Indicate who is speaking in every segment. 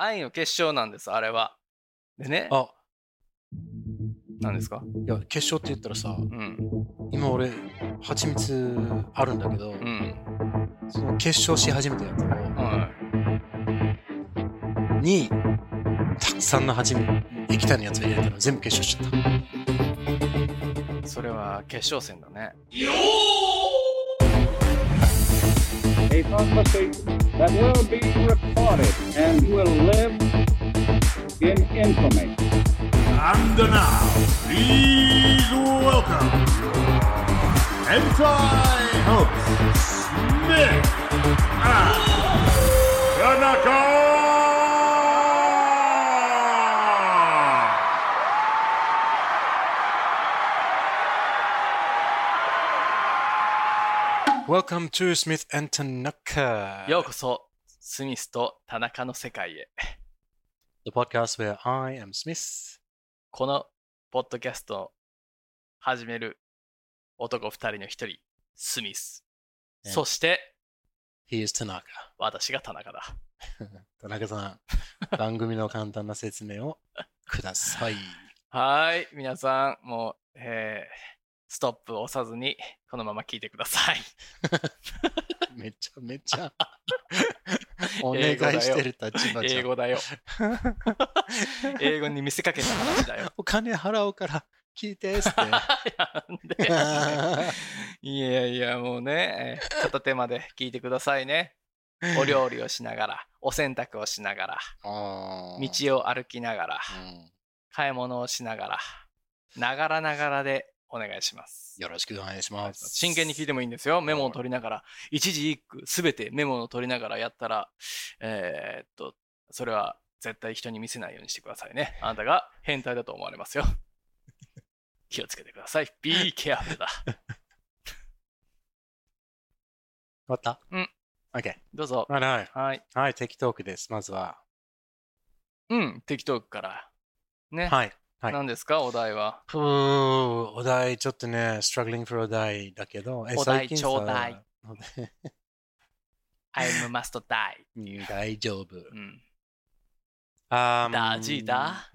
Speaker 1: 愛の結晶なんですあれはでね
Speaker 2: あ
Speaker 1: 何ですか
Speaker 2: いや決勝って言ったらさ
Speaker 1: うん
Speaker 2: 今俺蜂蜜あるんだけど、
Speaker 1: うん
Speaker 2: その結晶し始めたやつを
Speaker 1: は
Speaker 2: にたくさんの蜂蜜液体のやつを入れたの全部結晶しちゃった
Speaker 1: いそれは決勝戦だね
Speaker 3: a conversation that will be recorded and will live in infamy.
Speaker 4: And now, please welcome Hentai host Smith and Tanaka.
Speaker 2: 「Welcome to Smith and Tanaka」
Speaker 1: ようこそスミスと田中の世界へ
Speaker 2: The podcast where I am Smith
Speaker 1: このポッドキャストを始める男二人の一人スミス
Speaker 2: ね
Speaker 1: そして
Speaker 2: He is Tanaka
Speaker 1: 私が田中だ
Speaker 2: 田中さ ん番組の簡単な説明をください
Speaker 1: はーい皆さんもう、えーストップを押さずにこのまま聞いてください
Speaker 2: めちゃめちゃお願いしてる立場じゃ
Speaker 1: 英
Speaker 2: ん
Speaker 1: 語だよ英語に見せかけた話だ よ
Speaker 2: お金払おうから聞いてっつって。
Speaker 1: いや なんでいやいやもうねえー片手まで聞いてください ねお料理をしながらお洗濯をしながら
Speaker 2: あー
Speaker 1: 道を歩きながら
Speaker 2: うん
Speaker 1: 買い物をしながらながらながらでお願いします
Speaker 2: よろしくお願いします。
Speaker 1: 真剣に聞いてもいいんですよメモを取りながら一字一句すべてメモを取りながらやったらえーっとそれは絶対人に見せないようにしてくださいねあなたが変態だと思われ ますよ気をつけてください Be careful だ
Speaker 2: 終わった
Speaker 1: うん。
Speaker 2: OK。
Speaker 1: どうぞ
Speaker 2: はいはい。
Speaker 1: はい
Speaker 2: はい、テキトークです。まずは。
Speaker 1: うんテキトークからね、
Speaker 2: はい。はい
Speaker 1: 何ですかお題は
Speaker 2: ふーお題、ちょっとね、struggling for お題だけど、え
Speaker 1: お題
Speaker 2: 最近さ
Speaker 1: ちょうだい
Speaker 2: お題
Speaker 1: I'm must die
Speaker 2: うん大丈夫。
Speaker 1: うん
Speaker 2: あー
Speaker 1: 大事 だ。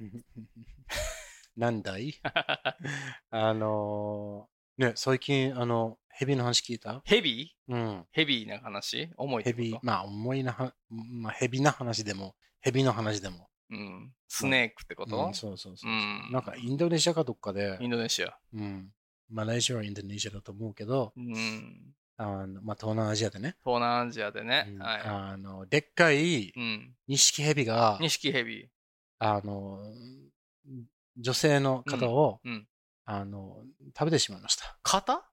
Speaker 2: なんだ いあのー、ね、最近、あの、ヘビの話聞いた
Speaker 1: ヘビー
Speaker 2: うん。
Speaker 1: ヘビーな話重いっ
Speaker 2: ヘ
Speaker 1: てこと
Speaker 2: ビ、まあ、重いなは、まあ、ヘビな話でも、ヘビの話でも。
Speaker 1: うん、スネークってこと、
Speaker 2: うん、そうそうそうそう、
Speaker 1: うん
Speaker 2: なんかインドネシアかどっかで
Speaker 1: イ、ンドネシア。
Speaker 2: うん、マレーシアはインドネシアだと思うけど、
Speaker 1: うん、
Speaker 2: あのまあ、東南アジアでね、
Speaker 1: 東南アジアでね。
Speaker 2: うん
Speaker 1: は
Speaker 2: あのでっかい
Speaker 1: い。うん。
Speaker 2: 錦蛇が、
Speaker 1: 錦ヘビー。
Speaker 2: あの女性の方を、
Speaker 1: うんうん
Speaker 2: あの食べてしまいました。
Speaker 1: 肩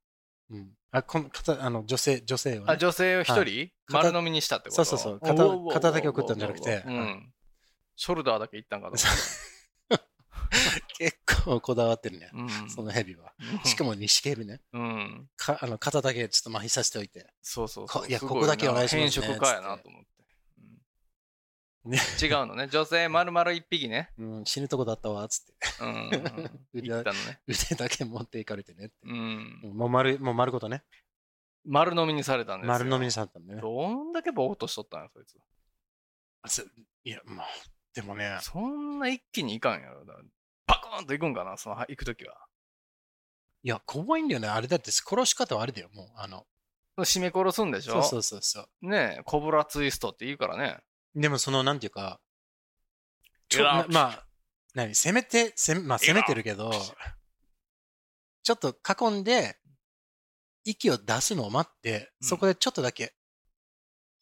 Speaker 2: うん、あこの方あの女性女性を、ね
Speaker 1: あ、女性を一人、
Speaker 2: 肩
Speaker 1: 丸飲みにしたってこと
Speaker 2: そうそうそう
Speaker 1: お
Speaker 2: 肩
Speaker 1: うおうおうおうおう
Speaker 2: 肩だけを食ったんじゃなくて
Speaker 1: う
Speaker 2: は
Speaker 1: ん。ショルダーだけいったんかと思っ
Speaker 2: 結構こだわってるね、
Speaker 1: た。うん。
Speaker 2: その蛇は。
Speaker 1: うん
Speaker 2: しかも錦蛇ね、
Speaker 1: うん。
Speaker 2: かあの肩だけちょっと麻痺させておいて、
Speaker 1: そうそうそう。
Speaker 2: こいや
Speaker 1: すご
Speaker 2: ここだけお願いしますね
Speaker 1: 変色かやなと思って。うん
Speaker 2: ね
Speaker 1: 違うのね。女 性丸々一匹ね。
Speaker 2: うん、死ぬとこだったわっつって、
Speaker 1: うん。行ったのね。
Speaker 2: 腕だけ持っていかれてねって。
Speaker 1: うん。
Speaker 2: もう丸もう丸ごとね、
Speaker 1: 丸飲みにされたんですよ。
Speaker 2: 丸飲みにされたんだね。
Speaker 1: どんだけぼーっとしとったんや、そいつ。
Speaker 2: そいや、まあ、でもね、
Speaker 1: そんな一気にいかんやろ。だからパコーンといくんかな、そのは行くときは。
Speaker 2: いや、怖いんだよね。あれだって、殺し方はあれだよ、もう。あの、
Speaker 1: 締め殺すんでし
Speaker 2: そ
Speaker 1: ょ
Speaker 2: うそうそうそう。
Speaker 1: ねえ、コブラツイストって言うからね。
Speaker 2: でも、その、なんていうか、ちょ
Speaker 1: いや
Speaker 2: なまあ、何、攻めて、せまあ、攻めてるけど、ちょっと囲んで、息を出すのを待って、
Speaker 1: うん
Speaker 2: そこでちょっとだけ、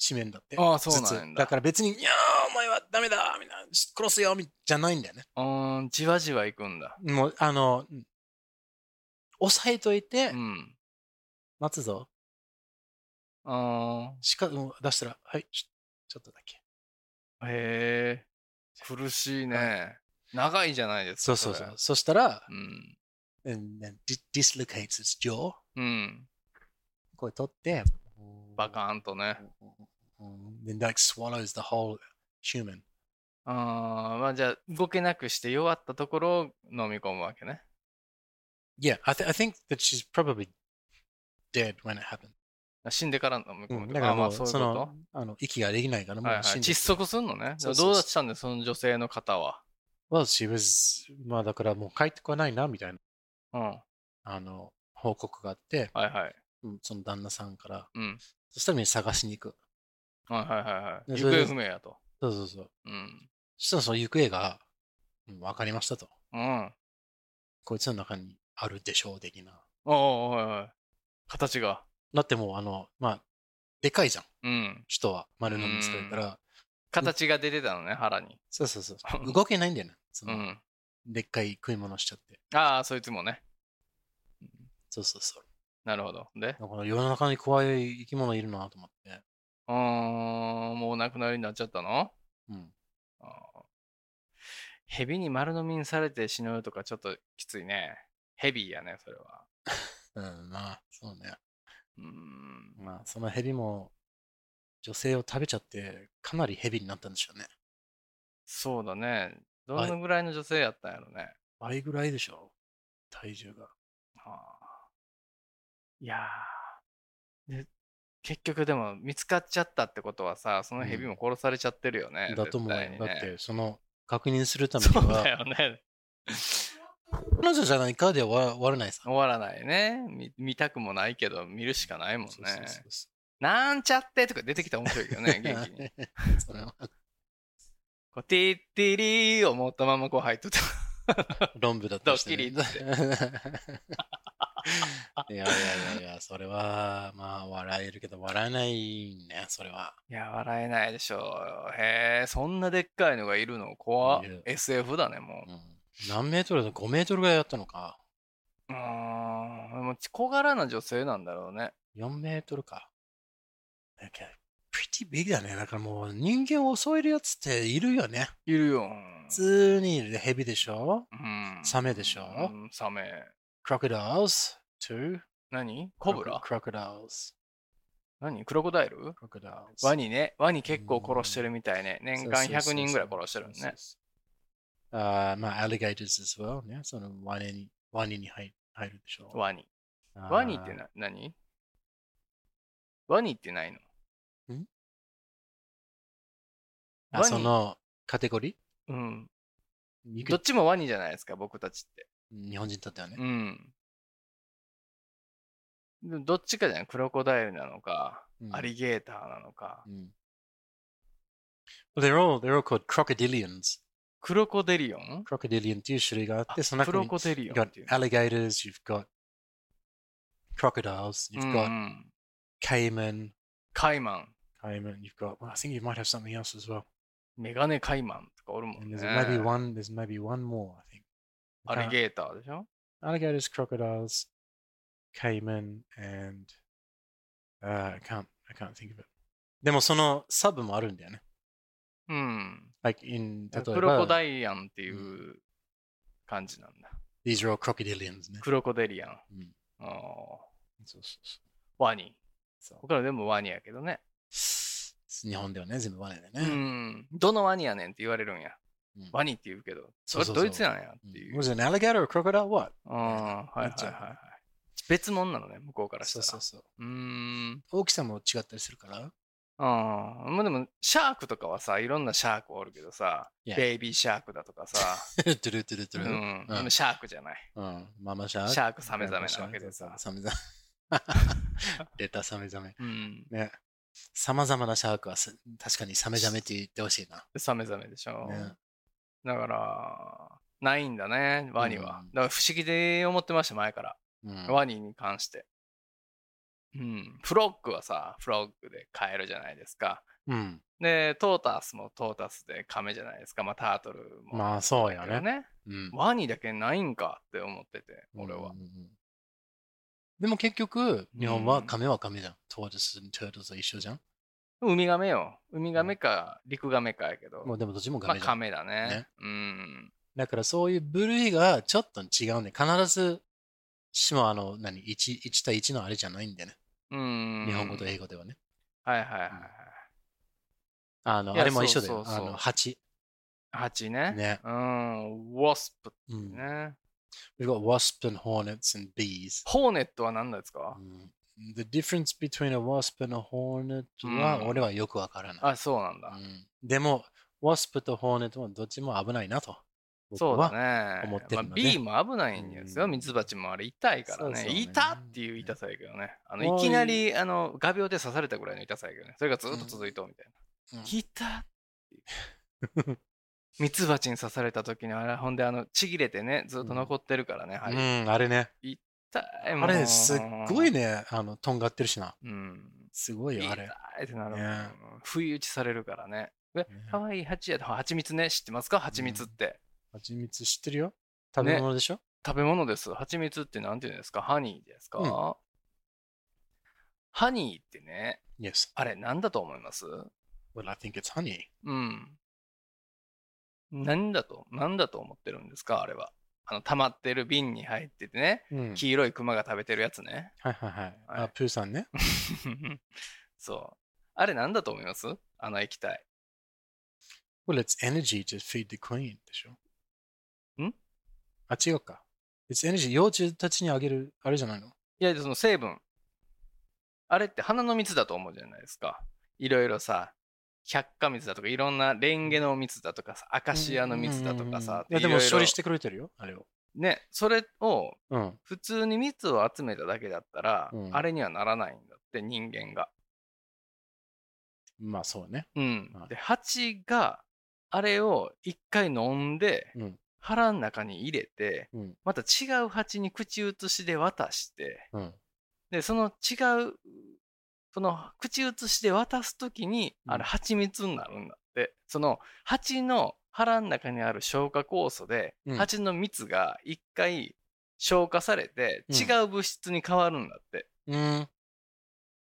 Speaker 2: 締めんだって。
Speaker 1: ああ、そうなん
Speaker 2: ずつ
Speaker 1: だ。
Speaker 2: だから別に、いやー、お前はダメだみたいな、殺すよみじゃないんだよね。
Speaker 1: うーん、じわじわ行くんだ。
Speaker 2: もう、あの、うん抑えといて
Speaker 1: う、ん。
Speaker 2: 待つぞ。
Speaker 1: うーん。
Speaker 2: しかも出したら、はい、ちょちょっとだけ。
Speaker 1: へえ、苦しいね。長いじゃないです
Speaker 2: そ
Speaker 1: か。
Speaker 2: うそうそう
Speaker 1: れ。
Speaker 2: そしたら、
Speaker 1: うん。
Speaker 2: うん、ね dis- dislocates its jaw。
Speaker 1: うん。
Speaker 2: これ取って、
Speaker 1: バカーンとね。
Speaker 2: うん。then that swallows the whole human。
Speaker 1: あーまあじゃあ、動けなくして弱ったところを飲み込むわけね。
Speaker 2: Yeah, I, th- I think that she's probably dead when it happened.
Speaker 1: あ死んでからの向こ
Speaker 2: うん、
Speaker 1: う
Speaker 2: だから
Speaker 1: ま
Speaker 2: も
Speaker 1: あ
Speaker 2: う、
Speaker 1: そ
Speaker 2: そう
Speaker 1: いうこ
Speaker 2: の、あの、息ができないから、
Speaker 1: と
Speaker 2: も
Speaker 1: はいはい
Speaker 2: う死んで
Speaker 1: 窒息すんのね。
Speaker 2: そうそうそう
Speaker 1: どうだったんだよ、その女性の方は。
Speaker 2: well, she was, まあだからもう帰ってこないな、みたいな、
Speaker 1: うん。は
Speaker 2: あの、報告があって、
Speaker 1: いはい。
Speaker 2: うんその旦那さんから、
Speaker 1: うん。
Speaker 2: そしたらみんな探しに行く。
Speaker 1: はいはいはいはい。
Speaker 2: で
Speaker 1: 行
Speaker 2: それで
Speaker 1: 方不明やと。
Speaker 2: そうそうそう。
Speaker 1: うん。
Speaker 2: そしたらその行方が、うん、わかりましたと。
Speaker 1: うん。
Speaker 2: こいつの中にあるでしょう、的な。
Speaker 1: おうはいはい。形が。
Speaker 2: だってもう、あの、まあ、でかいじゃん、
Speaker 1: うん。
Speaker 2: 人は、丸のみつといたら、
Speaker 1: 形が出てたのね、腹に。
Speaker 2: そうそうそうう。
Speaker 1: ん
Speaker 2: 動けないんだよね。そうの、
Speaker 1: ん。
Speaker 2: でっかい食い物しちゃって。
Speaker 1: ああ、そいつもね。
Speaker 2: そうそうそう。
Speaker 1: なるほど。で、
Speaker 2: だから世の中に怖い生き物いるなと思って。
Speaker 1: うーん、もうお亡くなりになっちゃったの
Speaker 2: うん。
Speaker 1: あー蛇に丸飲みにされて死ぬとかちょっときついね。ヘビーやね、それは。
Speaker 2: うん、まあ、そうね。
Speaker 1: うーん。
Speaker 2: まあ、そのヘビも、女性を食べちゃって、かなりヘビになったんでしょうね。
Speaker 1: そうだね。ど
Speaker 2: はい
Speaker 1: のぐらいの女性やったんやろね。
Speaker 2: 倍ぐらいでしょう。体重が。
Speaker 1: あーいやーで結局でも見つかっちゃったってことはさ、そのヘビも殺されちゃってるよね。
Speaker 2: だと思うよ。
Speaker 1: 絶対に
Speaker 2: だ
Speaker 1: ね
Speaker 2: って、その、確認するために
Speaker 1: そうだ
Speaker 2: は、
Speaker 1: よね。
Speaker 2: 彼女じゃないかでは終わ終わらないさ。
Speaker 1: 終わらないね見。見たくもないけど、見るしかないもんね。
Speaker 2: そうそうそうそ
Speaker 1: なんちゃってとか出てきたら面白いけどね、元気 に。
Speaker 2: うそれは
Speaker 1: こう、ティッティリーを持ったままこう入っ とった。
Speaker 2: 論文だったりして、
Speaker 1: ドッ
Speaker 2: いやいやいやいや、それは、まあ、笑えるけど、笑えないね、それは。
Speaker 1: いや、笑えないでしょう。へえ、そんなでっかいのがいるの怖っ
Speaker 2: いる
Speaker 1: SF だね、もう
Speaker 2: う。ん、何メートルだ ?5 メートルぐらいあったのか。
Speaker 1: うーん。でも小柄な女性なんだろうね。
Speaker 2: 4メートルか。なんか、pretty big だね。だからもう、人間を襲えるやつっているよね。
Speaker 1: いるよ。
Speaker 2: 普通にいるヘビでしょ
Speaker 1: うん。
Speaker 2: サメでしょ
Speaker 1: うんサメ。
Speaker 2: ?crocodiles? two?
Speaker 1: 何コブラ
Speaker 2: ?crocodiles.
Speaker 1: 何クロコダイル
Speaker 2: crocodiles.
Speaker 1: ワニね。ワニ結構殺してるみたいね。年間100人ぐらい殺してるのね。。
Speaker 2: あーまあ、アリガイ s as well ね。そのワニに、ワニに入入るでしょ。
Speaker 1: ワニ。
Speaker 2: あー
Speaker 1: ワニってな、何ワニってないの
Speaker 2: あ
Speaker 1: ワニ
Speaker 2: そのカテゴリ
Speaker 1: うん。
Speaker 2: ー肉
Speaker 1: どっちもワニじゃないですか、僕たちって。
Speaker 2: 日本人だったよね。
Speaker 1: うん。でどっちかじゃないクロコダイルなのか、
Speaker 2: うん
Speaker 1: アリゲーターなのか。
Speaker 2: うん。They're all, they're all called crocodilians.
Speaker 1: クロコデリオン
Speaker 2: crocodilian っていう種類があっ
Speaker 1: あ
Speaker 2: て、その
Speaker 1: ク
Speaker 2: 中
Speaker 1: ロ
Speaker 2: に
Speaker 1: コデリ
Speaker 2: you've
Speaker 1: オン
Speaker 2: got
Speaker 1: っていう。
Speaker 2: alligators, you've got crocodiles, you've
Speaker 1: う
Speaker 2: got
Speaker 1: ん
Speaker 2: caiman,
Speaker 1: カイマン。
Speaker 2: caiman, you've got, well, I think you might have something else as well.
Speaker 1: メガネカイマンとかおるもん
Speaker 2: And
Speaker 1: ね
Speaker 2: there's。maybe one, there's maybe one more, I think.
Speaker 1: アリゲーターでしょ
Speaker 2: alligators, crocodiles, caiman, and uh, I can't I can't think of it. でもそのサブもあるんだよね。
Speaker 1: うん。
Speaker 2: Like in 例えば
Speaker 1: クロコダイアンっていう感じなんだ。
Speaker 2: These are all crocodilians ね。
Speaker 1: クロコデリアン。
Speaker 2: うん
Speaker 1: あー
Speaker 2: そうそう
Speaker 1: ワニ。
Speaker 2: そう
Speaker 1: 僕らでもワニやけどね。
Speaker 2: そう日本ではね、全部ワニだ
Speaker 1: う
Speaker 2: ね。
Speaker 1: ん。どのワニやねんって言われるんや。
Speaker 2: うん
Speaker 1: ワニって言うけど、そ
Speaker 2: そう
Speaker 1: れ
Speaker 2: そうそう
Speaker 1: ドイツなんやっていう。
Speaker 2: Was it an alligator or crocodile? What?
Speaker 1: ああ、はいはい
Speaker 2: なっち
Speaker 1: は
Speaker 2: ゃ
Speaker 1: いうはい。別物なのね、向こうからした
Speaker 2: そう
Speaker 1: ら。
Speaker 2: そうそ
Speaker 1: う
Speaker 2: う。
Speaker 1: ーん。
Speaker 2: 大きさも違ったりするから。
Speaker 1: ああ、まあでも、シャークとかはさ、いろんなシャークおるけどさ、
Speaker 2: Yeah.
Speaker 1: ベイビーシャークだとか さ、
Speaker 2: トゥルトゥルト
Speaker 1: う
Speaker 2: ゥル。
Speaker 1: ん、
Speaker 2: うん
Speaker 1: でもシャークじゃない。
Speaker 2: うんママシャーク。
Speaker 1: シャークサメザメなわけでさ
Speaker 2: サメザメ。 出たサメザメ。
Speaker 1: うん。
Speaker 2: ね。さまざまなシャークはす確かにサメザメって言ってほしいな。
Speaker 1: サメザメでしょ。
Speaker 2: ね
Speaker 1: だから、ないんだね、ワニは。
Speaker 2: うん
Speaker 1: だから不思議で思ってました、前から。
Speaker 2: うん
Speaker 1: ワニに関して。うん。フロッグはさ、フロッグでカエルじゃないですか。
Speaker 2: うん。
Speaker 1: で、トータスもトータスでカメじゃないですか。まあ、タートルも。
Speaker 2: まあそう
Speaker 1: だ
Speaker 2: よ
Speaker 1: けど
Speaker 2: ね。
Speaker 1: ね。
Speaker 2: うん。
Speaker 1: ワニだけないんかって思ってて、俺は
Speaker 2: うん。うんうん。でも結局、日本は亀は亀じゃん。トートス、トートスは一緒じゃん。
Speaker 1: ウミガメよ。ウミガメか、陸ガメかやけど。
Speaker 2: もうでもどっちも
Speaker 1: まあ、
Speaker 2: 亀じゃん。
Speaker 1: カメだね。
Speaker 2: ね
Speaker 1: うん。
Speaker 2: だからそういう部類がちょっと違うね。必ずしもあの、何、1, 1対1のあれじゃないんだよね。
Speaker 1: うん。
Speaker 2: 日本語と英語ではね。
Speaker 1: はいはいはい。
Speaker 2: あの、
Speaker 1: いや
Speaker 2: あれも一緒だ
Speaker 1: そ
Speaker 2: よ
Speaker 1: う。そう
Speaker 2: あ
Speaker 1: そう
Speaker 2: の、8。
Speaker 1: 蜂ね。
Speaker 2: ね
Speaker 1: うん。ワスプ
Speaker 2: う
Speaker 1: って
Speaker 2: ん。
Speaker 1: ね。
Speaker 2: We've got wasp and hornets and bees.
Speaker 1: ホーネットは何なんです
Speaker 2: う
Speaker 1: か
Speaker 2: ん The difference between a wasp and a hornet
Speaker 1: う
Speaker 2: は
Speaker 1: ん
Speaker 2: 俺はよくわからない。
Speaker 1: あ、そうなんだ。
Speaker 2: うんでも、wasp と hornet はどっちも危ないなと。僕
Speaker 1: そうだね。
Speaker 2: は思ってるのね
Speaker 1: まあ B も危ないんですよ。
Speaker 2: うん
Speaker 1: ミツバチもあれ痛いからね。
Speaker 2: そうそうね
Speaker 1: 痛っていう痛さやけどね。あ
Speaker 2: も
Speaker 1: の
Speaker 2: う
Speaker 1: いきなりあの画鋲で刺されたぐらいの痛さやけどね。それがずっと続いとうみたいな。
Speaker 2: うん
Speaker 1: 痛っっていうミツバチに刺された時にあれほんであのちぎれてねずっと残ってるからね、針
Speaker 2: うん、あれね。
Speaker 1: 痛いも
Speaker 2: あ
Speaker 1: ん
Speaker 2: れ、すっごいね、あの、とんがってるしな。
Speaker 1: うん
Speaker 2: すごいよ、あれ。
Speaker 1: 痛いってなるもん、
Speaker 2: ね
Speaker 1: 不意打ちされるからねえ
Speaker 2: ね
Speaker 1: かわいい蜂やで蜂蜜ね知ってますか蜂蜜って、
Speaker 2: 蜂蜜知ってるよ食べ物でしょ
Speaker 1: 食べ物です。蜂蜜ってなんていうんですかハニーですか、
Speaker 2: うん
Speaker 1: ハニーってね、
Speaker 2: ?Yes.
Speaker 1: あれなんだと思います
Speaker 2: Well, I think it's honey.
Speaker 1: うん。何だと、何だと思ってるんですかあれは。あの、溜まってる瓶に入っててね、
Speaker 2: うん。
Speaker 1: 黄色いクマが食べてるやつね。
Speaker 2: はいはいはい。
Speaker 1: は
Speaker 2: あ、
Speaker 1: い
Speaker 2: プーさんね。
Speaker 1: そう。あれなんだと思いますあの液体。
Speaker 2: Well, it's energy to feed the queen でしょ。
Speaker 1: ん
Speaker 2: あ、違うか。It's energy 幼虫たちにあげる、あれじゃないの
Speaker 1: いや、その成分。あれって花の蜜だと思うじゃないですか。いろいろさ、百花蜜だとか、いろんなレンゲの蜜だとかさ、アカシアの蜜だとかさ。
Speaker 2: うんうんうんいや、で
Speaker 1: い
Speaker 2: も
Speaker 1: ろいろ
Speaker 2: 処理してくれてるよ、あれを。
Speaker 1: ね、それを
Speaker 2: うん。
Speaker 1: 普通に蜜を集めただけだったら、
Speaker 2: うん
Speaker 1: あれにはならないんだって、人間が。
Speaker 2: まあそうね。
Speaker 1: うん
Speaker 2: はい。
Speaker 1: で、蜂があれを一回飲んで、
Speaker 2: うん
Speaker 1: 腹の中に入れて、
Speaker 2: うん
Speaker 1: また違う蜂に口移しで渡して、
Speaker 2: うん。
Speaker 1: で、その違う、その口移しで渡すときに、
Speaker 2: うん
Speaker 1: あれ、蜂蜜になるんだって。その蜂の腹の中にある消化酵素で、
Speaker 2: うん
Speaker 1: 蜂の蜜が一回消化されて、
Speaker 2: うん
Speaker 1: 違う物質に変わるんだって。
Speaker 2: うん。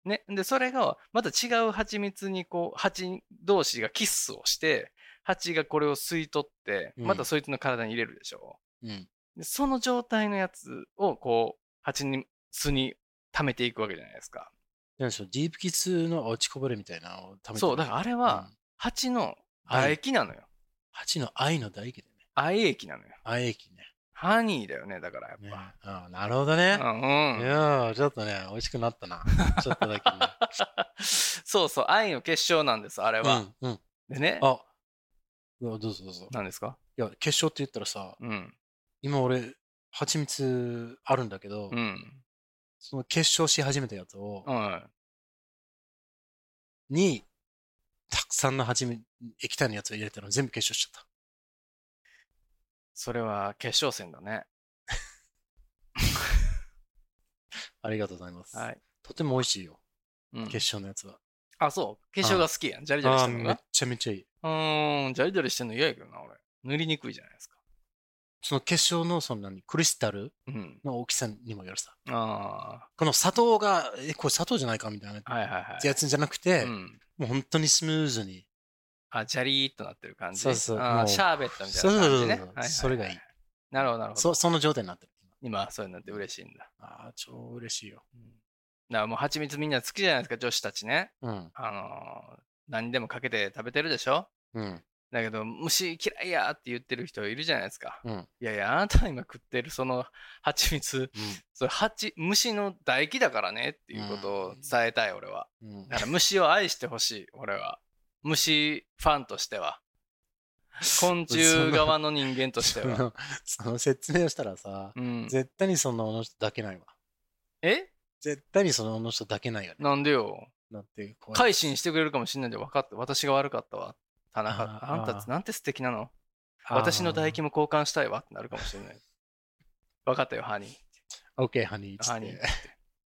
Speaker 1: ね。で、それが、また違う蜂蜜に、こう、蜂同士がキスをして、蜂がこれを吸い取って、
Speaker 2: うん
Speaker 1: またそいつの体に入れるでしょ。
Speaker 2: うん。
Speaker 1: でその状態のやつをこう蜂に巣に溜めていくわけじゃないですか。
Speaker 2: なんでしょう、ディープキスの落ちこぼれみたいなのを食べてる
Speaker 1: そうだからあれは
Speaker 2: うん
Speaker 1: 蜂の亜液なのよ。
Speaker 2: 蜂の愛の唾液でね。
Speaker 1: 亜液なのよ。
Speaker 2: 愛液ね。
Speaker 1: ハニーだよねだからやっ
Speaker 2: ね
Speaker 1: ぱ。
Speaker 2: あなるほどね。い
Speaker 1: うんうん、
Speaker 2: やーちょっとね、美味しくなったな。ちょっとだけね。
Speaker 1: そうそう愛の結晶なんですあれは。
Speaker 2: うん。うん。
Speaker 1: でね。
Speaker 2: あ、うわどうぞどうぞ。
Speaker 1: なんですか
Speaker 2: いや、決勝って言ったらさ、
Speaker 1: うん。
Speaker 2: 今俺、蜂蜜あるんだけ
Speaker 1: う
Speaker 2: ど、
Speaker 1: ん。
Speaker 2: その結晶し始めたやつを、
Speaker 1: うん。
Speaker 2: に、たくさんの蜂蜜、液体のやつを入れたの全部結晶しちゃっ
Speaker 1: それは決勝戦だね。
Speaker 2: た。ありがとうございます。
Speaker 1: はい。
Speaker 2: とても美味しいよ、
Speaker 1: うん、
Speaker 2: 結晶のやつは。
Speaker 1: あ、そう。結晶が好きやん。ジャリジャリし
Speaker 2: あ
Speaker 1: て
Speaker 2: ー
Speaker 1: るの
Speaker 2: めっ
Speaker 1: が。
Speaker 2: ちゃめちゃいい。
Speaker 1: うーん。ジャリジャリしてんの嫌やけどな、俺。塗りにくいじゃないですか。
Speaker 2: その結晶のその何、クリスタル
Speaker 1: うん。
Speaker 2: の大きさにもよるさ。
Speaker 1: あ
Speaker 2: この砂糖が、え、これ砂糖じゃないかみたいな
Speaker 1: あ。はいはいはい。
Speaker 2: やつじゃなくて、
Speaker 1: うん。
Speaker 2: もう本当にスムーズに。
Speaker 1: あ、ジャリーっとなってる感じ。
Speaker 2: そうそう
Speaker 1: あ
Speaker 2: も
Speaker 1: ー
Speaker 2: う
Speaker 1: シャーベットみた
Speaker 2: そう
Speaker 1: い
Speaker 2: そ
Speaker 1: な
Speaker 2: う
Speaker 1: 感
Speaker 2: そ
Speaker 1: じ
Speaker 2: う
Speaker 1: ね。
Speaker 2: そ
Speaker 1: はい
Speaker 2: う
Speaker 1: はいはい
Speaker 2: それがいい。
Speaker 1: なるほど、なるほど
Speaker 2: そ。その状態になってる。
Speaker 1: 今、そうになって嬉しいんだ。
Speaker 2: ああ、超嬉しいよ。
Speaker 1: うんだからもう、蜂蜜みんな好きじゃないですか、女子たちね。
Speaker 2: うん。
Speaker 1: あのー何にでもかけて食べてるでしょ
Speaker 2: うん。
Speaker 1: だけど、虫嫌いやーって言ってる人いるじゃないですか。
Speaker 2: うん。
Speaker 1: いやいや、あなたが今食ってるその蜂蜜、それ蜂、虫の唾液だからねっていうことを伝えたい、俺は。
Speaker 2: うん。
Speaker 1: だから虫を愛してほしい、俺は。虫ファンとしては。昆虫側の人間として
Speaker 2: そ
Speaker 1: は。
Speaker 2: のその説明をしたらさ、
Speaker 1: うん、
Speaker 2: 絶対にその女の人抱けないわ。
Speaker 1: え
Speaker 2: 絶対にその女の人抱けないよね。
Speaker 1: なんでよ。
Speaker 2: だって、こう
Speaker 1: 改心してくれるかもしれないんで分かって、私が悪かったわ。田中、
Speaker 2: あー
Speaker 1: あんたってなんて素敵なの
Speaker 2: あー
Speaker 1: 私の唾液も交換したいわってなるかもしれない。分かったよ、ハニー。
Speaker 2: OK、ハニーっつって。
Speaker 1: ハニー。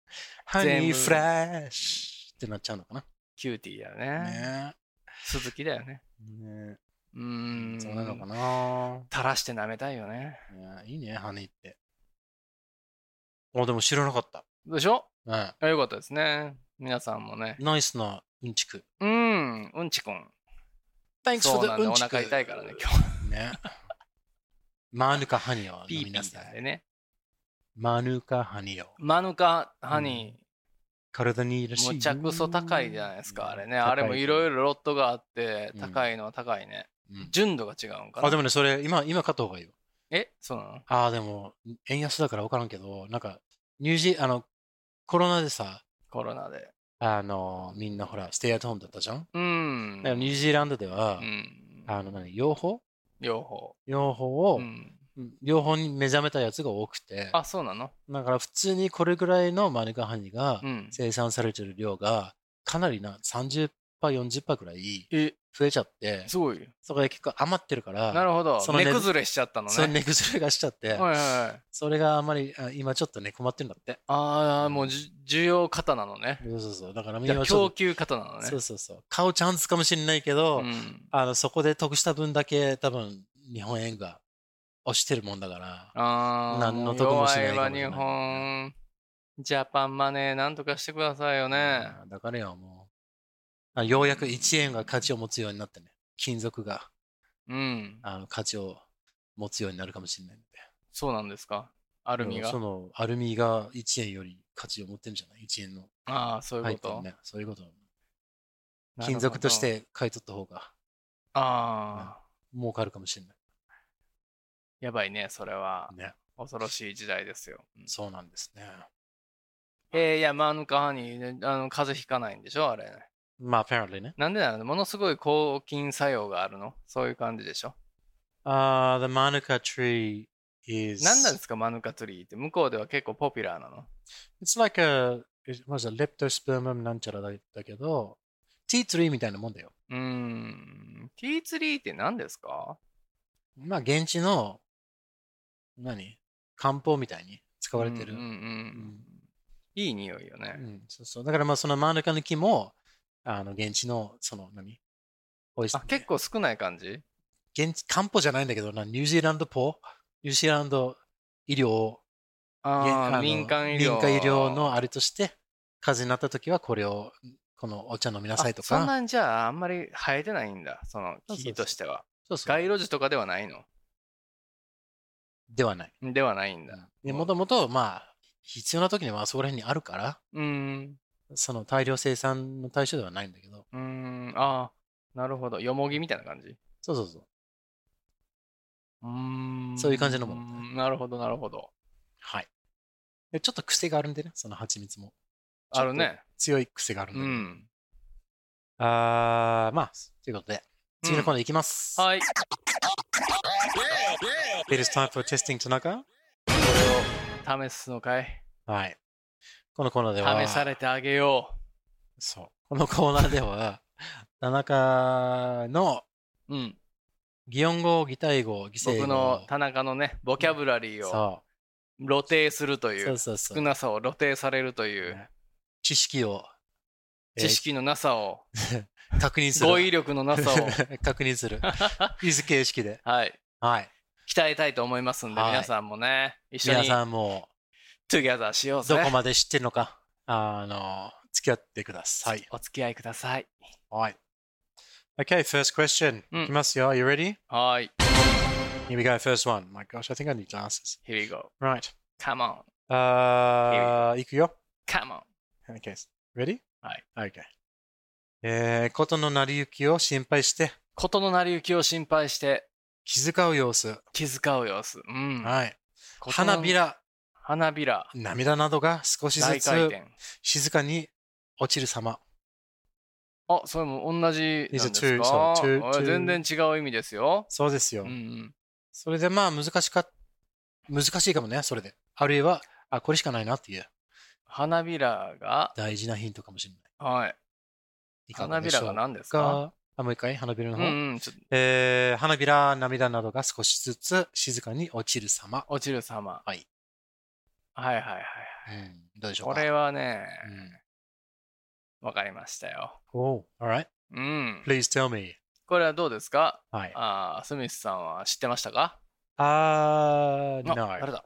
Speaker 2: ハニ
Speaker 1: 全
Speaker 2: ー
Speaker 1: 部
Speaker 2: フラッシュってなっちゃうのかな。
Speaker 1: キューティーだよね。
Speaker 2: ね
Speaker 1: 鈴木だよね。
Speaker 2: え。ね
Speaker 1: うー
Speaker 2: え
Speaker 1: ん。
Speaker 2: そうなのかな。
Speaker 1: 垂らして舐めたいよね。
Speaker 2: ねえいいね、ハニーって。あ、でも知らなかった。
Speaker 1: でしょ
Speaker 2: うん
Speaker 1: あよかったですね。皆さんもね。
Speaker 2: ナイスなうんちく。
Speaker 1: うーん、うんちくん。
Speaker 2: Thanks
Speaker 1: そう
Speaker 2: for
Speaker 1: なん
Speaker 2: the
Speaker 1: で
Speaker 2: うん
Speaker 1: お
Speaker 2: ちく。
Speaker 1: 腹痛いからね、今日。
Speaker 2: ね。マヌカハニを
Speaker 1: ピ
Speaker 2: 飲
Speaker 1: ー
Speaker 2: み
Speaker 1: ピ
Speaker 2: な
Speaker 1: ー
Speaker 2: さ
Speaker 1: なん
Speaker 2: い。
Speaker 1: でね。
Speaker 2: マヌカハニを。
Speaker 1: マヌカハニー。
Speaker 2: 体にいいらしいよ。
Speaker 1: むちゃくそ高いじゃないですか、あれね。
Speaker 2: 高
Speaker 1: あれもいろい
Speaker 2: ろ。
Speaker 1: ろロットがあって
Speaker 2: うん、
Speaker 1: 高いのは高いね。
Speaker 2: うん
Speaker 1: 純度が違うんかな。
Speaker 2: あ、でもね、それ、今、今買った方がいいよ。
Speaker 1: えそうなの
Speaker 2: ああ、でも、円安だから分からんけど、なんか、ニュージー、あの、コロナでさ、
Speaker 1: コロナで。
Speaker 2: あの、みんなほら、ステイアットホームだったじゃん。
Speaker 1: うん
Speaker 2: だから。ニュージーランドでは
Speaker 1: う、ん。
Speaker 2: あの、何、養蜂
Speaker 1: 両方。
Speaker 2: 養蜂を
Speaker 1: う、ん。
Speaker 2: 養蜂に目覚めたやつが多くて、
Speaker 1: あ、そうなの
Speaker 2: だから普通にこれぐらいのマヌカハニが
Speaker 1: うん。
Speaker 2: 生産されてる量が、かなりな、30%、40%ぐらい
Speaker 1: え、
Speaker 2: 増えちゃって、
Speaker 1: すごい。
Speaker 2: そこで結構余ってるから、
Speaker 1: なるほど。
Speaker 2: そのね
Speaker 1: 根崩れしちゃったの
Speaker 2: その
Speaker 1: ね。
Speaker 2: 値崩れがしちゃって、
Speaker 1: はいはいはい。
Speaker 2: それがあんまりあ今ちょっとね困ってるんだって。
Speaker 1: ああ、もうじ需要型なのね。
Speaker 2: そうそうそう。だからみん
Speaker 1: じゃ
Speaker 2: な
Speaker 1: あ
Speaker 2: ちょ
Speaker 1: 供
Speaker 2: っと、
Speaker 1: 給型なのね。
Speaker 2: そうそうそう。買うチャンスかもしれないけど、
Speaker 1: うん。
Speaker 2: あのそこで得した分だけ多分日本円が落ちてるもんだから、
Speaker 1: ああ、
Speaker 2: 何の得もしない
Speaker 1: 弱
Speaker 2: かもしれな
Speaker 1: い
Speaker 2: い
Speaker 1: わ、日本。ジャパンマネー、なんとかしてくださいよね。
Speaker 2: うんだからよ、もうあ。ようやく1円が価値を持つようになってね。金属が
Speaker 1: うん。
Speaker 2: あの価値を持つようになるかもしれないんで。
Speaker 1: そうなんですか。アルミが
Speaker 2: そ。のアルミが1円より価値を持ってるんじゃない ?1 円の
Speaker 1: ああ、そういうこ
Speaker 2: 入ってる
Speaker 1: と。
Speaker 2: ね。そういうこと。
Speaker 1: なるほど
Speaker 2: 金属とし。て買い取った方が
Speaker 1: ああ、
Speaker 2: 儲かるかもしれない。
Speaker 1: やばいね、それは。
Speaker 2: ね。
Speaker 1: 恐ろしい時代ですよ。うん
Speaker 2: そうなんですね。
Speaker 1: えー、いや、マヌカハニー、あの風邪ひかないんでしょあれ、ね。
Speaker 2: まあ、apparently ね。
Speaker 1: なんでなのものすごい抗菌作用があるのそういう感じでしょ
Speaker 2: あ the manuka tree is...
Speaker 1: 何なんですかマヌカツリーって向こうでは結構ポピュラーなの
Speaker 2: It's like a... it was a leptospermum なんちゃらだだけど、tea tree みたいなもんだよ。
Speaker 1: うーん。ティーツリーって何ですか
Speaker 2: まあ、現地の、何漢方みたいに使われてる。
Speaker 1: うんうんうん
Speaker 2: ん
Speaker 1: いい匂いよ
Speaker 2: う
Speaker 1: ね。
Speaker 2: んそうそう。だからまあ、そのマヌカの木も、あの、現地の、その、何おいし
Speaker 1: あ、結構少ない感じ
Speaker 2: 現地、漢方じゃないんだけどな、ニュージーランドポー、ニュージーランド医療げあ
Speaker 1: ああ、
Speaker 2: の
Speaker 1: 民間医療。
Speaker 2: 民間医療のあれとして、風邪になった時はこれを、このお茶飲みなさいと
Speaker 1: あそん
Speaker 2: か。
Speaker 1: なんじゃあ、あんまり生えてないんだ。その
Speaker 2: そうそう
Speaker 1: 木としては。
Speaker 2: そうそう。
Speaker 1: 街路樹とかではないの
Speaker 2: ではない。
Speaker 1: ではないんだ。
Speaker 2: でもともと、まあ、必要な時にはあそこら辺にあるから、
Speaker 1: うーん。
Speaker 2: その大量生産の対象ではないんだけど。
Speaker 1: うーん。ああ、なるほど。よもぎみたいな感じ。
Speaker 2: そうそうそう。
Speaker 1: うーん。
Speaker 2: そういう感じのもの
Speaker 1: うーんなるほど、なるほど。
Speaker 2: はい。でちょっと癖があるんでね、その蜂蜜も。
Speaker 1: あるね。
Speaker 2: 強い癖があるん
Speaker 1: う
Speaker 2: で。
Speaker 1: ん。
Speaker 2: あー、まあ、ということで、次のコーナーいきます。
Speaker 1: はい。
Speaker 2: It is time for testing Tanaka.
Speaker 1: これを試すのかい
Speaker 2: はい。このコーナーでは、
Speaker 1: 試されてあげよ
Speaker 2: そう。このコーナーでは、 田中の
Speaker 1: う。うん。
Speaker 2: 擬音語、擬態語、擬声語。
Speaker 1: 僕の田中のね、ボキャブラリーを
Speaker 2: そ
Speaker 1: 露呈すると
Speaker 2: う
Speaker 1: い
Speaker 2: そうう、そうそ
Speaker 1: 少
Speaker 2: う。
Speaker 1: なさを露呈されるという、
Speaker 2: 知識を、えー
Speaker 1: 知識のなさを、
Speaker 2: 確認する。
Speaker 1: 語彙力のなさを、
Speaker 2: 確認する。クイズ形式で。
Speaker 1: はい、
Speaker 2: はい。
Speaker 1: 鍛えたいと思いますんで、
Speaker 2: はい
Speaker 1: 皆さんもね、一緒
Speaker 2: 皆
Speaker 1: に
Speaker 2: さんも、
Speaker 1: トゥギャザーしようぜ。
Speaker 2: どこまで知ってるのか、あの、付き合ってください。
Speaker 1: お付き合いください。
Speaker 2: はい。Okay, first question.
Speaker 1: うん
Speaker 2: いきますよ。Are you ready?
Speaker 1: はい、
Speaker 2: Here we go. First one. My gosh, I think I need glasses.
Speaker 1: here we go.
Speaker 2: Right.
Speaker 1: Come on,
Speaker 2: あー、いくよ。
Speaker 1: come on.
Speaker 2: Okay. Ready?
Speaker 1: はい。
Speaker 2: Okay. えー、ことの成り行きを心配して、
Speaker 1: 事の成り行きを心配して
Speaker 2: 気遣う様子。
Speaker 1: 気遣う様子。うん。
Speaker 2: はい。
Speaker 1: 事の
Speaker 2: 花び。ら、
Speaker 1: 花びら。
Speaker 2: 涙などが少しず
Speaker 1: 大回
Speaker 2: つ
Speaker 1: 転。
Speaker 2: 静かに落ちる様。
Speaker 1: あ、それも同じなんです
Speaker 2: These
Speaker 1: か
Speaker 2: are two- so two-
Speaker 1: あ
Speaker 2: two-
Speaker 1: 全然違う意味ですよ。
Speaker 2: そうですよ。
Speaker 1: うんうん。
Speaker 2: それでまあ難しか、難しいかもね、それで。あるいは、あ、これしかないなっていう
Speaker 1: 花びらが、
Speaker 2: 大事なヒントかもしれない。
Speaker 1: はい。
Speaker 2: いか
Speaker 1: 花
Speaker 2: が
Speaker 1: び
Speaker 2: でしょ
Speaker 1: ら
Speaker 2: う
Speaker 1: が何ですか
Speaker 2: かあ、もう一回、花びらの
Speaker 1: う
Speaker 2: 方。
Speaker 1: んうん、ちょっと
Speaker 2: えー花びら、涙などが少しずつ静かに落ちる様。
Speaker 1: 落ちる様。
Speaker 2: はい。
Speaker 1: はいはいはい。
Speaker 2: うん、どうでしょう
Speaker 1: こ
Speaker 2: か
Speaker 1: れはね、
Speaker 2: うん
Speaker 1: わかりましたよ。
Speaker 2: おう alright.
Speaker 1: うん。
Speaker 2: Please tell me.
Speaker 1: これはどうですか
Speaker 2: はい。
Speaker 1: ああ、スミスさんは知ってましたか
Speaker 2: あー、
Speaker 1: あ
Speaker 2: no.
Speaker 1: 誰だ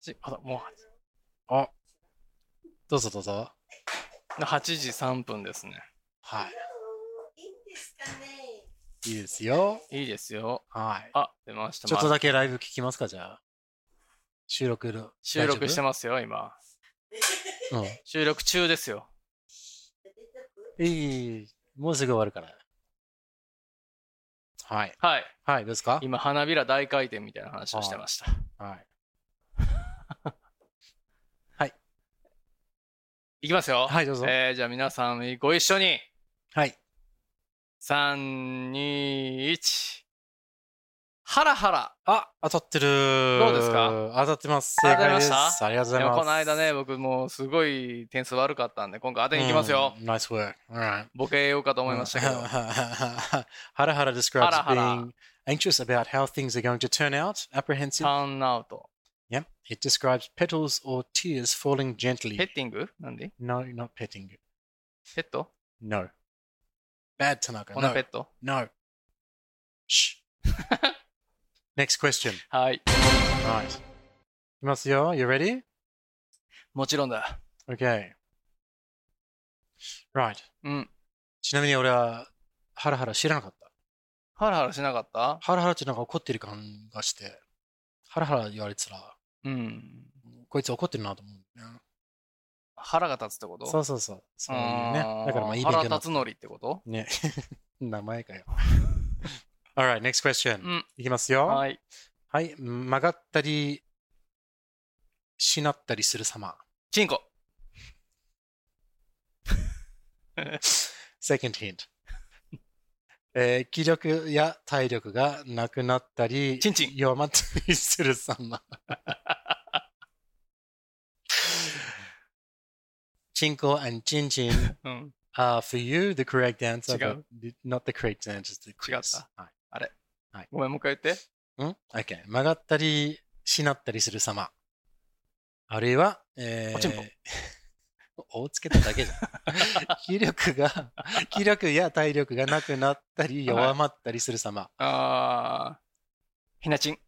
Speaker 1: しあとも
Speaker 2: どうぞどうぞ。
Speaker 1: う8時3分ですね。
Speaker 2: はい
Speaker 5: いんですかね。
Speaker 2: い。いいですよ。
Speaker 1: いいですよ。
Speaker 2: はい。
Speaker 1: あ、出ました。
Speaker 2: ちょっと
Speaker 1: まあ
Speaker 2: だけライブ聞きますか、じゃあ。収録る。
Speaker 1: 収録して
Speaker 2: ま
Speaker 1: ますよ、今。
Speaker 2: す。うん。
Speaker 1: 収録中ですよ。
Speaker 2: いい、もうすぐ終わるから。はい。
Speaker 1: はい。
Speaker 2: はい、どうですか
Speaker 1: 今、花びら大回転みたい な話をしてました。
Speaker 2: はい。
Speaker 1: いきますよ。
Speaker 2: はいどうぞ
Speaker 1: えーじゃあ皆さんご一緒に。
Speaker 2: はい。
Speaker 1: 3、2、1。ハラハラ。
Speaker 2: あ、当たってる。
Speaker 1: どうですか
Speaker 2: 当たってます。
Speaker 1: 当
Speaker 2: 正
Speaker 1: たり
Speaker 2: 解
Speaker 1: ま
Speaker 2: で
Speaker 1: した
Speaker 2: す。ありがとうご
Speaker 1: で
Speaker 2: ざい
Speaker 1: も
Speaker 2: ます。
Speaker 1: この間ね、僕もうすごい点数悪かったんで、今回当て
Speaker 2: う
Speaker 1: に
Speaker 2: ん、
Speaker 1: 行きますよ。
Speaker 2: ナイス work. Alright.
Speaker 1: ボケようかと思いましたけど。
Speaker 2: ハラ ハラ describes
Speaker 1: ハラハラ
Speaker 2: being anxious about how things are going to turn out, apprehensive.
Speaker 1: ターンアウト。
Speaker 2: Yep. It describes petals or tears falling
Speaker 1: ペ
Speaker 2: gently.
Speaker 1: ッティングなんで
Speaker 2: No, not petting.
Speaker 1: ペット
Speaker 2: No. Bad Tanaka.
Speaker 1: この
Speaker 2: No.
Speaker 1: ペット
Speaker 2: No. Shh. Next question.
Speaker 1: はい。
Speaker 2: Right. Matsuyo, you ready?
Speaker 1: もちろんだ。
Speaker 2: Okay. Right.
Speaker 1: うん。
Speaker 2: ちなみに俺は、ハラハラ知らなかった。
Speaker 1: ハラハラしなかった
Speaker 2: ハラハラってなんか怒ってる感がして、ハラハラ言われてたら、
Speaker 1: うん。
Speaker 2: こいつ怒ってるなと思うんだよね。
Speaker 1: 腹が立つってこと
Speaker 2: そううそうそう。そういうね。だからまあい
Speaker 1: 腹
Speaker 2: い勉強になっ
Speaker 1: 立
Speaker 2: た
Speaker 1: つのりってこと
Speaker 2: ね。名前 かよ。Alright, next
Speaker 1: う
Speaker 2: question.
Speaker 1: ん。
Speaker 2: いきますよ。はい、
Speaker 1: はい。
Speaker 2: 曲がったり、しなったりする様。
Speaker 1: チンコ。
Speaker 2: Second hint. えー気力や体力がなくなったり、
Speaker 1: チンチン
Speaker 2: 弱まったりする様。チンコ and チンチン
Speaker 1: うん。
Speaker 2: are for you the correct answer,
Speaker 1: 違
Speaker 2: but
Speaker 1: う
Speaker 2: not the correct answer. is The
Speaker 1: 違った
Speaker 2: quiz. はい
Speaker 1: ごめん、もう一回言って。
Speaker 2: ん ?OK。曲がったり、しなったりする様。あるいは、えー、
Speaker 1: おちんぽ
Speaker 2: おつけただけじゃん。 気力が、気力や体力がなくなったり、
Speaker 1: はい
Speaker 2: 弱まったりする様。
Speaker 1: あー。ひなちん。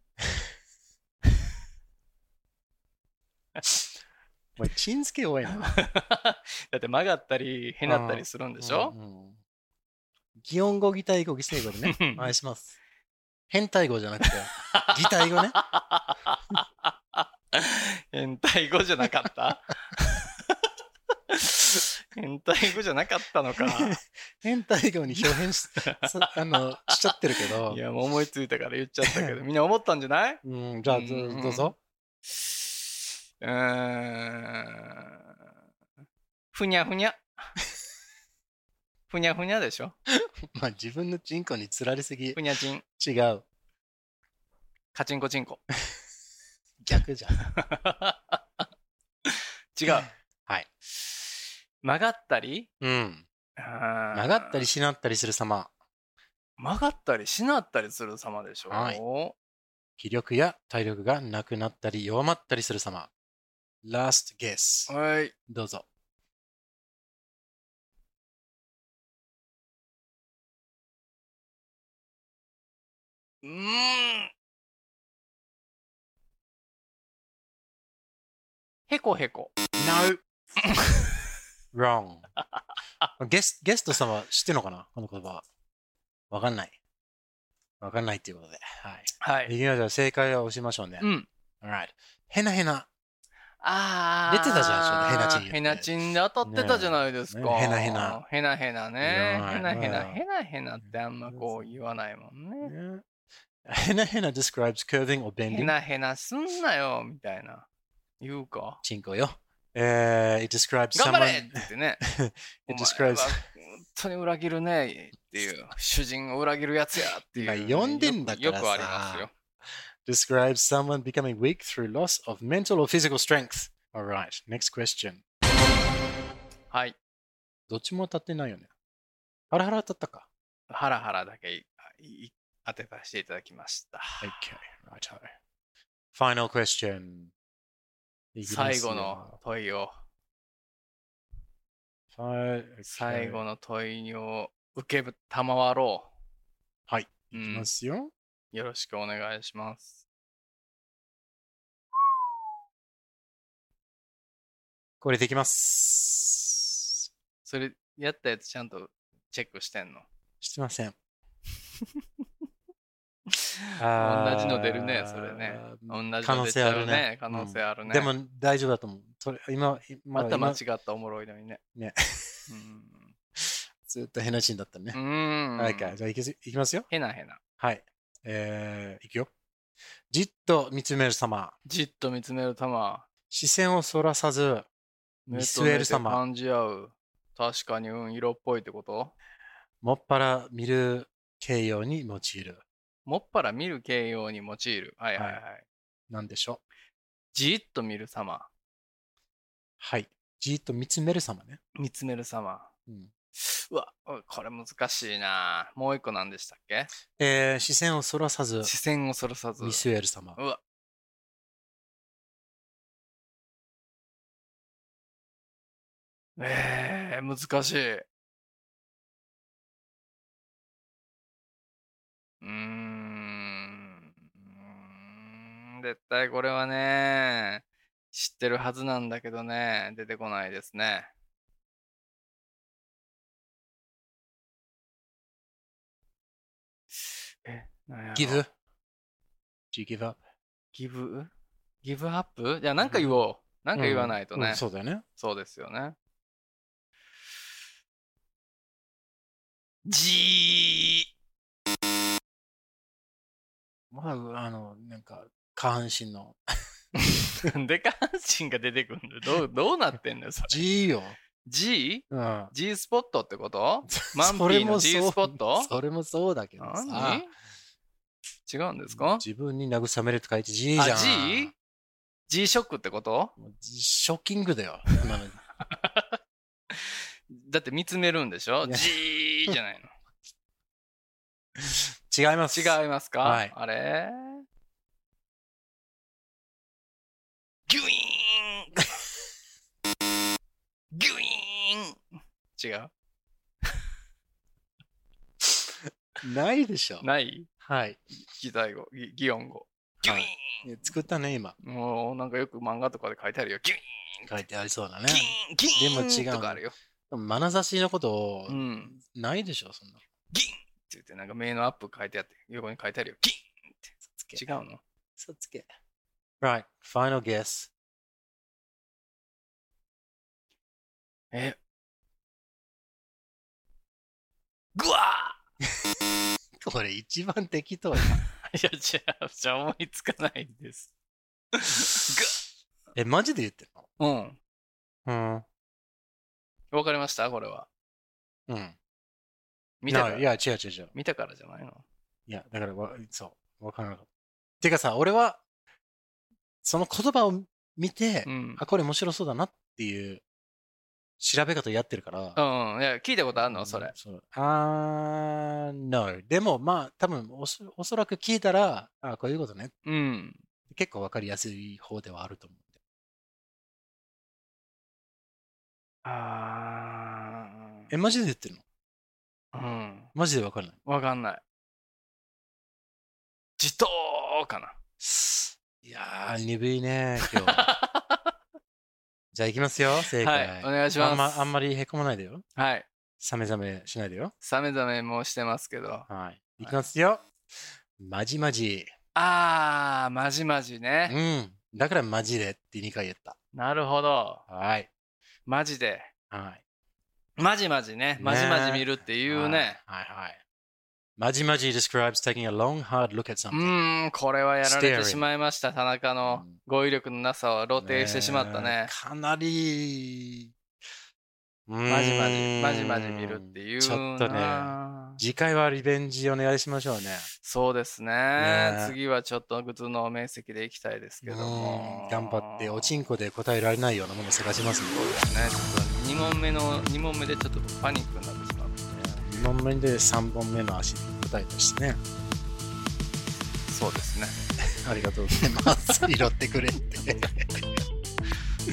Speaker 2: お前、チンスケ多いな。
Speaker 1: だって曲がったり、へなったりするん でしょ、
Speaker 2: うんうん擬音語、擬態語、擬声語でねお願いします。変態語じゃなくて、擬態 語ね。
Speaker 1: 変態語じゃなかった変態語じゃなかったのか。
Speaker 2: 変態語に表 現し、さあの、しちゃってるけど
Speaker 1: い。や、もう思いついたから言っちゃったけど、みんな思ったんじゃない
Speaker 2: うん、じゃあ、
Speaker 1: うんうんうん
Speaker 2: どどうぞ。
Speaker 1: うーん。ふにゃふにゃ。ふにゃふにゃでしょ
Speaker 2: まあ、自分のチンコに釣られすぎ。
Speaker 1: ふにゃちん。
Speaker 2: 違う。
Speaker 1: カチンコチンコ。
Speaker 2: 逆じゃん。
Speaker 1: 違う。
Speaker 2: はい。
Speaker 1: 曲がったり
Speaker 2: うん。
Speaker 1: 曲
Speaker 2: 曲がったりしなったりする様。
Speaker 1: 曲がったりしなったりする様でしょ、
Speaker 2: はい気力や体力がなくなったり弱まったりする様。Last guess.
Speaker 1: はい。
Speaker 2: どうぞ。
Speaker 1: うーん。へこへこ。
Speaker 2: Wrong. ゲスゲスト様知ってんのかなこの言葉は。わかんない。わかんないっていうことで。はい。
Speaker 1: はい
Speaker 2: いきましょう。正解を押しましょうね。
Speaker 1: うん。
Speaker 2: Alright. へなへな。
Speaker 1: ああ。
Speaker 2: 出てたじゃんちょっとヘナチン言って
Speaker 1: ヘナチンで当たってたじゃないですか。
Speaker 2: ねえヘナヘナ。
Speaker 1: ヘナヘナね。ヘ
Speaker 2: 言
Speaker 1: ナ
Speaker 2: わない
Speaker 1: ヘナ、
Speaker 2: うん
Speaker 1: ヘナヘナってあんまこう言わないもんね。
Speaker 2: へなへな describes curving or
Speaker 1: ヘ
Speaker 2: bending.
Speaker 1: ナヘナすんなよ、みたいな。言う か。
Speaker 2: チンコよ。えー、it describes
Speaker 1: 頑張れ
Speaker 2: someone.
Speaker 1: って言ってね。お
Speaker 2: It
Speaker 1: 前
Speaker 2: describes
Speaker 1: は本当に裏切るねっていう。主人を裏切るやつやっていう、
Speaker 2: 今呼んでんだか
Speaker 1: よ
Speaker 2: らさ
Speaker 1: くよくありますよ。
Speaker 2: describes someone becoming weak through loss of mental or physical strength. All right, next question.
Speaker 1: はい。
Speaker 2: どっちも当たってないよね。ハラハラ当たったか。
Speaker 1: ハラハラだけいい当てさせていただきました。
Speaker 2: Okay, righto. Final question. いきま
Speaker 1: 最
Speaker 2: すよ
Speaker 1: 後の。問いを、
Speaker 2: はい
Speaker 1: 最後
Speaker 2: の。
Speaker 1: の問いを受けたまわろう。
Speaker 2: はい。
Speaker 1: う
Speaker 2: いき
Speaker 1: ん
Speaker 2: ま、すよ。
Speaker 1: よろしくお願いします。
Speaker 2: これできます。
Speaker 1: それ、やったやつちゃんとチェックしてんの
Speaker 2: してません。同
Speaker 1: 同じの出るね、それね。同じの
Speaker 2: 可能
Speaker 1: 出ち
Speaker 2: 性
Speaker 1: ゃ
Speaker 2: あ
Speaker 1: う
Speaker 2: るね
Speaker 1: ね。。可能性あるね。
Speaker 2: でも大丈夫だと思う。とり今、ま
Speaker 1: ま
Speaker 2: だ
Speaker 1: た
Speaker 2: 今
Speaker 1: 間違ったおもろいのにね。
Speaker 2: ね
Speaker 1: うん。
Speaker 2: ずっとヘナチンだったね
Speaker 1: う。ーん。
Speaker 2: はい、じゃあいきすいきますよ。
Speaker 1: へなへな。
Speaker 2: はい。えー、いくよ。じっと見つめる様。
Speaker 1: じっと見つめるたま。
Speaker 2: 視線をそらさず、
Speaker 1: 目
Speaker 2: 見
Speaker 1: と
Speaker 2: 据え
Speaker 1: 目
Speaker 2: る
Speaker 1: で
Speaker 2: 様
Speaker 1: 感じ合う。確かに、うん、色っぽいってこと
Speaker 2: もっぱら見る形容に用いる。
Speaker 1: もっぱら見る形容に用いる。はいはいはい。
Speaker 2: なんでしょう。
Speaker 1: じーっと見る様。
Speaker 2: はい。じーっと見つめる様ね。
Speaker 1: 見つめる様。
Speaker 2: うん
Speaker 1: うわ、これ難しいな。もう一個何でしたっけ
Speaker 2: えー視線をそらさず
Speaker 1: 視線をそらさず
Speaker 2: 見。据える様
Speaker 1: う。わ。えー、難しい。うーん。うーん絶対これはね、知ってるはずなんだけどね、出てこないですね。え、なんやろ
Speaker 2: give? Do you give up?
Speaker 1: ギブギブアップじゃあなんか言おう。なんか言わないとね。
Speaker 2: うんうん
Speaker 1: そ
Speaker 2: そううだよね。
Speaker 1: ですよね。じ
Speaker 2: まあ、あの、なんか、下半身の。
Speaker 1: ー なんで下半身が出てくるのどうどうなってんのよ、それ。
Speaker 2: G よ。
Speaker 1: G?
Speaker 2: うん。
Speaker 1: G スポットってことマンピ
Speaker 2: それ
Speaker 1: ーの
Speaker 2: もそう
Speaker 1: G スポット
Speaker 2: それもそうだけどさ
Speaker 1: 何。違うんですか
Speaker 2: 自分に慰めるって書いて G じゃ
Speaker 1: あ
Speaker 2: ん。
Speaker 1: G? G ショックってこと
Speaker 2: もうショッキングだよ。今の
Speaker 1: だって見つめるんでしょ
Speaker 2: いや
Speaker 1: ?G じゃないの。
Speaker 2: 違います。
Speaker 1: 違いますか、
Speaker 2: はい
Speaker 1: あれギュイーンギュイーン違
Speaker 2: ないでしょ
Speaker 1: う。ない
Speaker 2: はい。
Speaker 1: 擬態語、擬擬音語。ギュイー
Speaker 2: ね作ったね、今。
Speaker 1: ン、もうなんかよく漫画とかで書いてあるよ。ギュイ
Speaker 2: 書いてありそうだね
Speaker 1: ーン。ギュイーンギュイーン
Speaker 2: でも違うの
Speaker 1: とかあるよ。
Speaker 2: でも眼差しのことを
Speaker 1: う、ん。
Speaker 2: ないでしょ、そんな。
Speaker 1: ギンって言ってなんか目のアップ書いてあって、横に書いてあるよ。ギ
Speaker 2: 嘘つけ
Speaker 1: ン違うの
Speaker 2: 嘘つけ。Right. Final guess.
Speaker 1: えグワー
Speaker 2: これ一番適 当や。
Speaker 1: いや、じゃあ、じゃあ思いつかないんです。
Speaker 2: え、マジで言ってる
Speaker 1: うん。
Speaker 2: の
Speaker 1: わかりましたこれは。
Speaker 2: うん。うん。
Speaker 1: 見たか
Speaker 2: な
Speaker 1: ら。
Speaker 2: いや、違う違う違う。
Speaker 1: 見たからじゃないの
Speaker 2: いや、だからわ、そう、わからなかった。てかさ、俺は、その言葉を見て、
Speaker 1: うん。
Speaker 2: あ、これ面白そうだなっていう、調べ方やってるから。
Speaker 1: うん、うん。いや、聞いたことある
Speaker 2: う
Speaker 1: の
Speaker 2: ん
Speaker 1: それ。。
Speaker 2: うあー、no. でも、まあ、多分おそ、おそらく聞いたら、あこういうことね。
Speaker 1: うん。
Speaker 2: 結構わかりやすい方ではあると思うんで。
Speaker 1: あ
Speaker 2: え、マジで言ってるの
Speaker 1: ー。うん。
Speaker 2: マジでわかんない。
Speaker 1: わかんない。自動かな。
Speaker 2: いやー、鈍いね、今 日。じゃあ、行きますよ、正解。
Speaker 1: はい。お願いします。
Speaker 2: あんまあんまりへこまないでよ。
Speaker 1: はい。
Speaker 2: さめざめしないでよ。
Speaker 1: サメザメもしてますけど。
Speaker 2: はい。いきますよ。まじまじ。
Speaker 1: あー、まじまじ
Speaker 2: う
Speaker 1: ね。
Speaker 2: ん。だからまじでって2回言った。
Speaker 1: なるほど。
Speaker 2: はい。
Speaker 1: マジで。
Speaker 2: はい。
Speaker 1: まじまじね。まじまじ見るっていうね。
Speaker 2: はい。はいはい。まじまじ describes taking a long hard look at
Speaker 1: う
Speaker 2: something.
Speaker 1: ーん、これはやられ
Speaker 2: Staring
Speaker 1: てしまいました、田中の
Speaker 2: うん
Speaker 1: 語彙力のなさを露呈してしまった
Speaker 2: ね
Speaker 1: ね
Speaker 2: え。かなり、
Speaker 1: ま
Speaker 2: ま
Speaker 1: じまじ、まじまじ見るっていうな。
Speaker 2: ちょっとね。次回はリベンジお願いしましょうね。
Speaker 1: そうですね
Speaker 2: ねえ
Speaker 1: 次はちょっと靴の面積でいきたいですけども
Speaker 2: う。ん頑張って、おちんこで答えられないようなものを探しますんで
Speaker 1: そうですね。ちょっと2問目の、二問目でちょっとパニックになってしまうので。
Speaker 2: 2問目で3本目の足で答えたしね。
Speaker 1: そうですね。
Speaker 2: ありがとうござい ます。拾ってくれって。
Speaker 1: そうで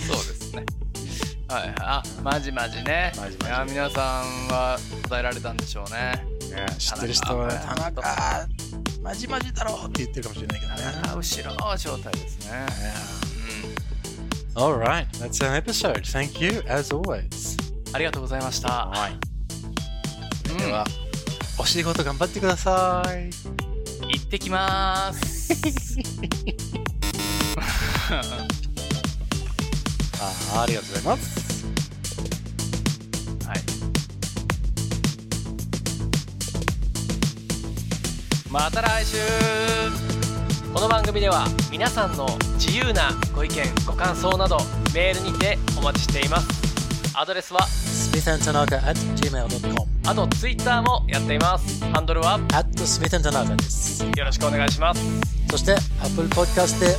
Speaker 1: す ね。はい。あ、まじまじね。
Speaker 2: まじまじ
Speaker 1: いや皆さんは答えられたんでしょうね。
Speaker 2: ね、 知ってる人は、
Speaker 1: 田
Speaker 2: 田
Speaker 1: 中
Speaker 2: 中、まじまじだろうって言ってるかもしれないけどね。
Speaker 1: あ後ろ状態ですね。うん
Speaker 2: Alright, that's an episode. Thank you, as always.
Speaker 1: ありがとうございました。
Speaker 2: はい。
Speaker 1: うん
Speaker 2: では、お仕事頑張ってください。
Speaker 1: 行ってきまーす。は
Speaker 2: あありがとうございます。
Speaker 1: い。また来週。この番組では皆さんの自由なご意見ご感想などメールにてお待ちしていますアドレスは
Speaker 2: smithandtanaka at gmail.com
Speaker 1: あとツイッターもやっていますハンドルは
Speaker 2: at smithandtanaka です。
Speaker 1: よろしくお願いします
Speaker 2: そして、Apple Podcast で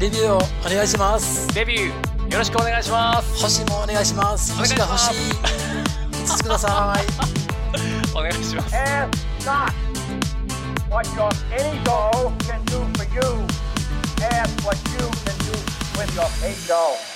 Speaker 2: レビューをお願いします。
Speaker 1: デビューよろしくお願いします
Speaker 2: 星もお願いします。
Speaker 1: お願い
Speaker 2: 星
Speaker 1: し
Speaker 2: が
Speaker 1: ま
Speaker 2: 欲
Speaker 1: す
Speaker 2: しい。5つください。
Speaker 1: お願いします
Speaker 5: Ask not what your ego can do for you. Ask what you can do with your ego.